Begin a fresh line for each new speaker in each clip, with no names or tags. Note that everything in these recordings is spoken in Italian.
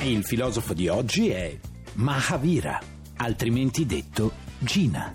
Il filosofo di oggi è Mahavira, altrimenti detto Gina.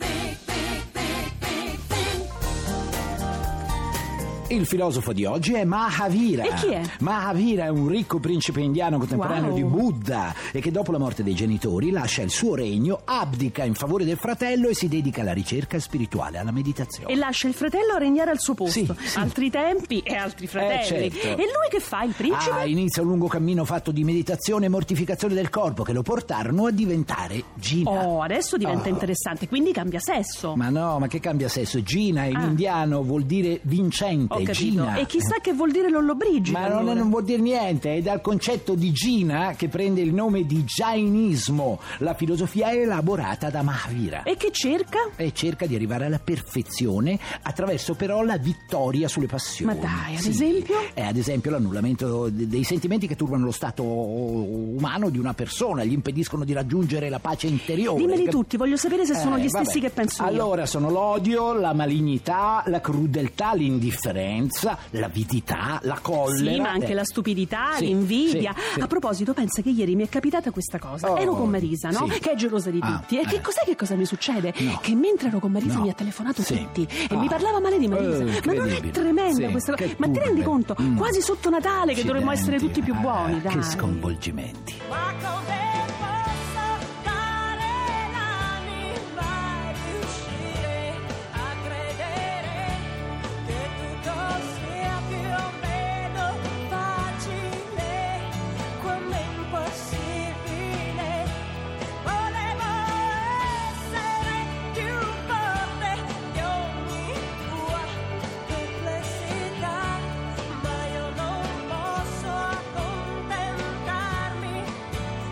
Il filosofo di oggi è Mahavira.
E chi è?
Mahavira è un ricco principe indiano contemporaneo
Wow.
di Buddha e che dopo la morte dei genitori lascia il suo regno, abdica in favore del fratello e si dedica alla ricerca spirituale, alla meditazione.
e lascia il fratello regnare al suo posto.
Sì, sì.
Altri tempi e altri fratelli.
Eh, certo.
E lui che fa, il principe?
Ah, inizia un lungo cammino fatto di meditazione e mortificazione del corpo che lo portarono a diventare Gina.
Oh, adesso diventa
Oh.
interessante, quindi cambia sesso.
Ma no, ma che cambia sesso? Gina in
Ah.
indiano vuol dire vincente,
Ho capito.
Gina.
E chissà che vuol dire l'ollobrigida.
Ma non,
allora.
non vuol dire niente, è dal concetto di Gina che prende il nome di Jainismo, la filosofia elaborata da Mahavira.
E che cerca?
E cerca di arrivare alla perfezione attraverso però la vittoria sulle passioni.
Ma dai, ad esempio?
Eh, ad esempio l'annullamento de- dei sentimenti che turbano lo stato umano di una persona, gli impediscono di raggiungere la pace interiore.
Dimmeli
Cap-
tutti, voglio sapere se sono
Oh, eh,
gli stessi
vabbè.
che penso io.
Allora sono l'odio, la malignità, la crudeltà, l'indifferenza, l'avidità, la collera.
Sì, ma anche
Eh.
la stupidità,
Sì,
l'invidia.
sì, sì.
A proposito, pensa che ieri mi è capitata questa cosa.
Oh,
ero con Marisa, no?
sì.
Che è gelosa di
Ah,
tutti. e che
eh.
cos'è che cosa mi succede?
No.
Che mentre ero con Marisa
No.
mi ha telefonato
Sì.
tutti e
Ah.
mi parlava male di Marisa.
Eh,
ma non è
incredibile.
tremenda
Sì,
questa cosa?
che
Ma ti rendi
turbe.
conto?
Mm.
Quasi sotto Natale che dovremmo essere tutti
Accidenti,
più buoni,
ah,
dai.
Che sconvolgimenti.
Marco Del Fosso, dare l'anima e riuscire a credere che tutto sia più o meno facile quando è impossibile. Volevo essere più forte di ogni tua complessità, ma io non posso accontentarmi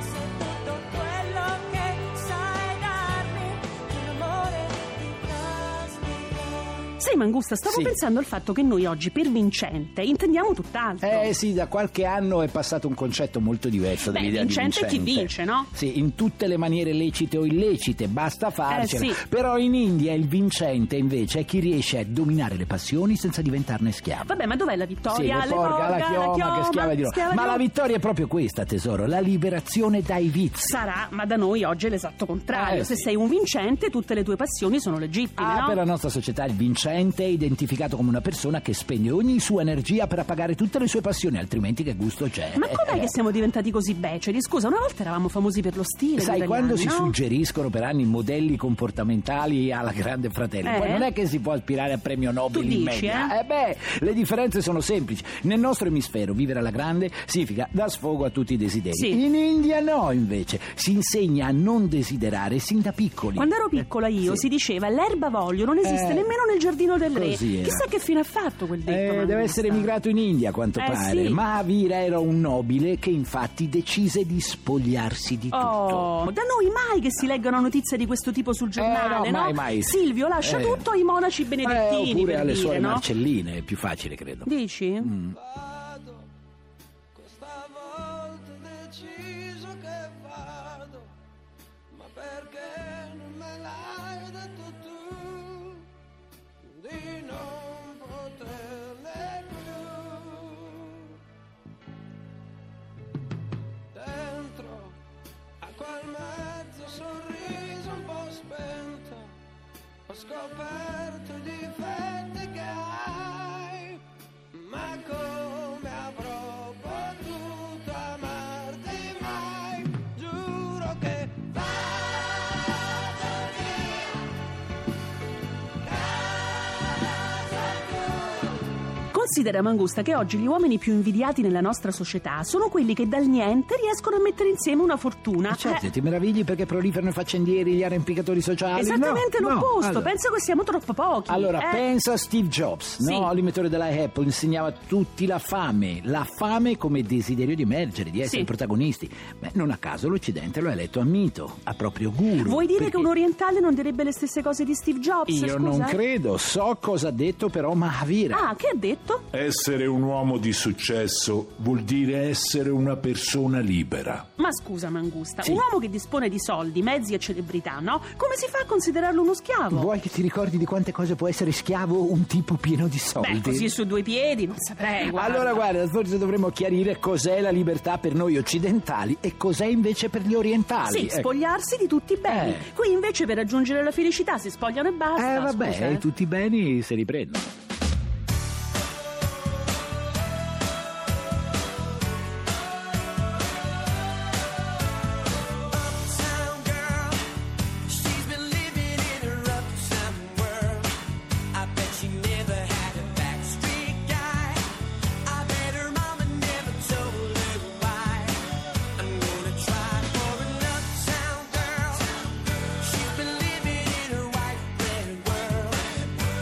se tutto quello che sai darmi il rumore di trasmigrare.
Sai, Mangusta, stavo
Sì.
pensando al fatto che noi oggi per vincente intendiamo tutt'altro.
Eh sì, da qualche anno è passato un concetto molto diverso
Beh,
dell'idea
vincente è
di
chi
vincente.
vince, no? Eh,
Sì, in tutte le maniere lecite o illecite, basta farcela.
sì.
Però in India il vincente invece è chi riesce a dominare le passioni senza diventarne schiavo.
Vabbè, ma dov'è la
Sì,
vittoria?
le
Le
porga, la chioma, che schiava di loro.
schiava di
Ma la
Roma.
vittoria è proprio questa, tesoro, la liberazione dai vizi.
Sarà, ma da noi oggi è l'esatto contrario.
Eh,
Se
sì.
sei un vincente, tutte le tue passioni sono legittime,
Ah,
no?
per la nostra società il vincente è identificato come una persona che spende ogni sua energia per appagare tutte le sue passioni, altrimenti che gusto c'è?
Ma com'è
Eh.
che siamo diventati così beceri? Scusa, una volta eravamo famosi per lo stile.
Sai,
gli
quando
italiani,
si
no?
suggeriscono per anni modelli comportamentali alla grande fratello,
Eh?
poi non è che si può aspirare a premio Nobel
Tu dici,
in media.
eh?
beh, le differenze sono semplici. Nel nostro emisfero vivere alla grande significa da sfogo a tutti i desideri.
Sì.
In India no, invece, si insegna a non desiderare sin da piccoli.
Quando ero piccola io
Sì.
si diceva l'erba voglio non esiste
Eh,
nemmeno nel giardino del re.
così era.
Chissà che fine ha fatto quel detto.
Eh,
Manusta.
deve essere emigrato in India a quanto
Eh,
pare.
sì.
Ma Avira era un nobile che infatti decise di spogliarsi di tutto.
Oh, da noi mai che si leggono notizie di questo tipo sul giornale,
Eh, no,
no?
mai, mai.
Silvio lascia
Eh.
tutto ai monaci benedettini,
Eh, oppure
per
alle
dire,
suore Mm.
no?
Marcelline, è più facile, credo.
Dici?
vado, questa volta ho deciso che vado, ma perché non me l'hai detto tu di non poterne più? Dentro a quel mezzo sorriso un po' spento, ho scoperto i difetti che hai, ma come avrò potuto amarti mai? Giuro che vado via, casa tua.
Considera Mangusta che oggi gli uomini più invidiati nella nostra società sono quelli che dal niente riescono a mettere insieme una fortuna.
E certo,
Eh,
ti meravigli perché proliferano i faccendieri, gli arrampicatori sociali.
esattamente
no, no,
l'opposto,
allora-
penso che siamo troppo pochi.
Allora,
eh.
pensa a Steve Jobs,
Sì.
no? l'inventore della Apple, insegnava a tutti la fame, la fame come desiderio di emergere, di essere
Sì.
protagonisti. Beh, non a caso l'Occidente lo ha eletto a mito, a proprio guru.
Vuoi dire
perché
che un orientale non direbbe le stesse cose di Steve Jobs?
Io
scusa?
non credo, so cosa ha detto però Mahavir.
Ah, che ha detto?
Essere un uomo di successo vuol dire essere una persona libera.
Ma scusa, Mangusta,
Sì.
un uomo che dispone di soldi, mezzi e celebrità, no? Come si fa a considerarlo uno schiavo?
Vuoi che ti ricordi di quante cose può essere schiavo un tipo pieno di soldi?
Beh, così su due piedi, non saprei. Guarda.
Allora guarda, forse dovremmo chiarire cos'è la libertà per noi occidentali e cos'è invece per gli orientali.
Sì,
Ecco.
spogliarsi di tutti i beni.
Eh.
Qui invece per raggiungere la felicità si spogliano e basta.
Eh vabbè,
scusa, eh.
tutti i beni se li prendono.
Uptown girl, she's been living in her uptown world. I bet she never had a backstreet guy. I bet her mama never told her why. I'm gonna try for an uptown girl. She's been living in her white bread world.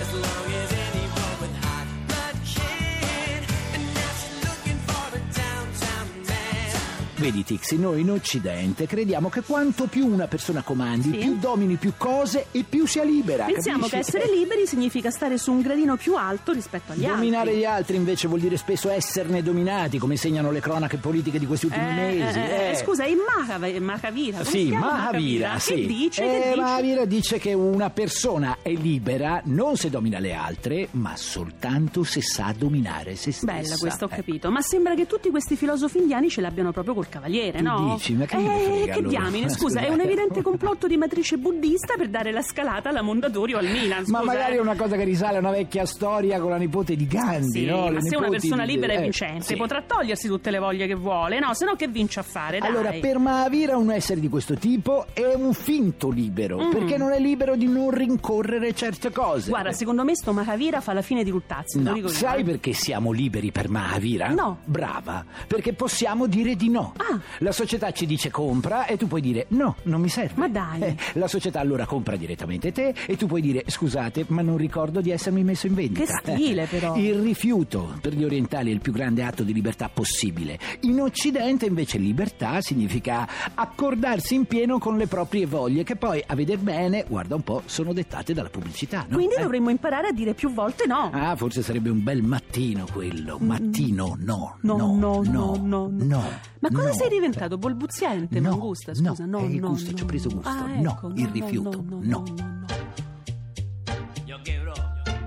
As long as anyone with hot blood can, and now she's looking for a downtown man.
Vedi Tixi, noi in Occidente crediamo che quanto più una persona comandi,
Sì.
più domini più cose e più sia libera.
Pensiamo
ah, capisci? Eh,
che essere liberi significa stare su un gradino più alto rispetto agli
Dominare
altri.
gli altri invece vuol dire spesso esserne dominati, come insegnano le cronache politiche di questi ultimi
Eh,
mesi.
eh,
eh.
Scusa, e Mahav- Mahavira? Come si
Sì,
chiama
Mahavira,
Mahavira?
sì.
Che dice?
Eh,
che dice?
Mahavira dice che una persona è libera non se domina le altre, ma soltanto se sa dominare se stessa.
Bella questo, ho
Eh.
capito. Ma sembra che tutti questi filosofi indiani ce l'abbiano proprio col cavaliere,
Tu
no?
dici, ma che me ne
eh,
frega
che
allora?
diamine, scusa, è un
Scusate.
evidente complotto di matrice buddista per dare la scalata alla Mondadori o al Milan,
Ma
scusa,
magari
eh.
è una cosa che risale a una vecchia storia con la nipote di Gandhi,
Sì,
no? Le
ma se una
nipoti
persona
di-
libera e
eh,
vincente
sì.
potrà togliersi tutte le voglie che vuole, no? Se no che vince a fare, dai.
Allora, per Mahavira un essere di questo tipo è un finto
Mm.
libero, perché non è libero di non rincorrere certe cose.
Guarda, secondo me sto Mahavira fa la fine di Luttazzi, te lo
No,
dico io,
sai
eh.
perché siamo liberi per Mahavira?
No.
Brava, perché possiamo dire di no.
Ah.
La società ci dice compra e tu puoi dire no, non mi serve.
Ma dai.
Eh, la società allora compra direttamente te e tu puoi dire scusate, ma non ricordo di essermi messo in vendita. Eh,
Che stile, però.
Il rifiuto per gli orientali è il più grande atto di libertà possibile. In Occidente invece libertà significa accordarsi in pieno con le proprie voglie che poi a veder bene, guarda un po', sono dettate dalla pubblicità. No?
Quindi
Eh.
dovremmo imparare a dire più volte no.
Ah, forse sarebbe un bel mattino quello. Mattino, no.
Mm. No, no,
no,
no, no,
no,
Ma cosa
no.
sei diventato? Bolbuziente,
No,
Mangusta? Scusa,
no,
no,
è il
no,
gusto,
no,
ci ho preso gusto.
Ah,
No,
ecco,
il rifiuto,
no,
no.
no, no, no.
Yo quebro,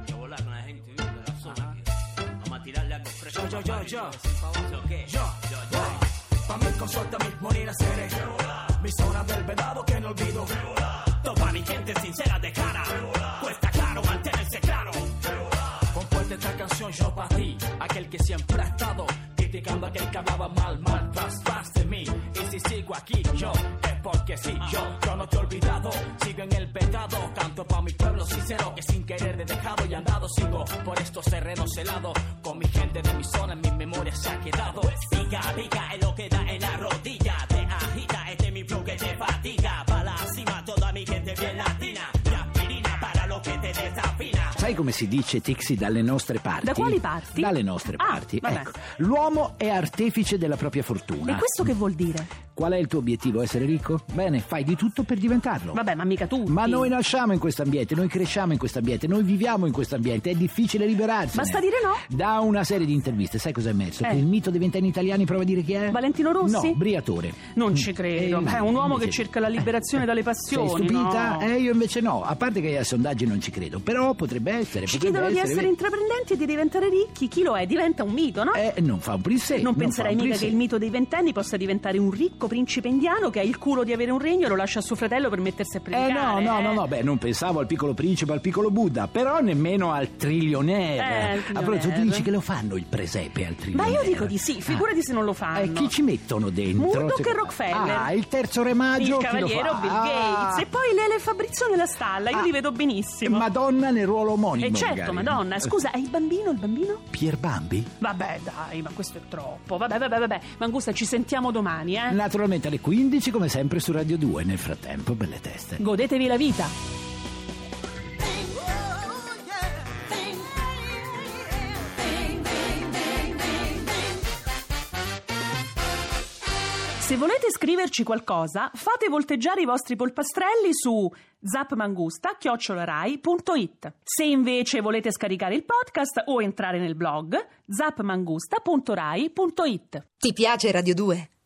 yo volar con la gente de la zona. Vamos a tirarle algo fresco. Yo, yo, yo, yo. ¿Qué? Yo, yo, yo.
Pa' mil consorte, mis monedas eres. Mi zona del vedado que no olvido. Toda mi gente sincera de cara. Cuesta claro mantenerse claro. Comparte esta canción yo para ti. Aquel que siempre ha estado criticando a aquel que hablaba mal, mal tras tras de mí. Y si sigo aquí yo es porque sí. Yo, yo no te he olvidado. Sigo en el pecado. Canto pa' mi pueblo sincero que sin querer he dejado y andado. Sigo por estos terrenos helados. Con mi gente de mi zona en mi memoria se ha quedado. Pica, pica es lo que da en la rodilla. Te agita, este es mi flow que te fatiga. Pa' la cima, toda mi gente bien latina. Y aspirina para lo que te desafina.
Sai come si dice Tixi dalle nostre parti?
Da quali parti?
Dalle nostre
Ah,
parti.
vabbè.
Ecco, l'uomo è artefice della propria fortuna.
E questo che vuol dire?
Qual è il tuo obiettivo? Essere ricco? Bene, fai di tutto per diventarlo.
Vabbè, ma mica tutti.
Ma noi nasciamo in questo ambiente, noi cresciamo in questo ambiente, noi viviamo in questo ambiente, è difficile liberarsi.
Basta dire no.
Da una serie di interviste, sai cosa è emerso?
Eh.
Che il mito dei vent'anni italiani prova a dire chi è?
Valentino Rossi?
No, Briatore.
Non ci credo.
Eh,
È un uomo che
invece-
cerca la liberazione dalle
Sei
passioni.
stupita?
no?
Eh, io invece no. A parte che ai sondaggi non ci credo, però potrebbe essere.
Ci
potrebbe
chiedono di essere
vero.
intraprendenti e di diventare ricchi. Chi lo è? Diventa un mito, no?
Eh, non fa un plissé.
non penserai
fa un
mica
plissé.
che il mito dei ventenni possa diventare un ricco principe indiano che ha il culo di avere un regno e lo lascia a suo fratello per mettersi a
Eh
predicare.
no, no, no,
eh.
no, beh, non pensavo al piccolo principe, al piccolo Buddha, però nemmeno al
Eh, il
trillionaire. ah, però tu
trillionaire.
dici che lo fanno il presepe al
Ma
trillionaire?
io dico di sì, figurati se non lo fanno.
Ah, E chi ci mettono dentro?
Murdoch
Secondo-
e Rockefeller.
Ah, il terzo re maggio
il
chi lo fa?
cavaliero Bill
Ah,
Gates e poi Lele Fabrizio nella stalla, io
Ah.
li vedo benissimo.
Madonna nel ruolo omonimo.
E certo,
magari. Eh.
madonna, scusa, e il bambino, il bambino?
Pier Bambi?
Vabbè, dai, ma questo è troppo. Vabbè, vabbè, vabbè. Mangusta, ci sentiamo domani, eh.
Naturalmente alle 15 come sempre su Radio 2. Nel frattempo, belle teste.
Godetevi la vita.
oh,
Se volete scriverci qualcosa, fate volteggiare i vostri polpastrelli su zapmangusta.rai.it. Se invece volete scaricare il podcast o entrare nel blog, zapmangusta.rai.it.
Ti piace Radio 2?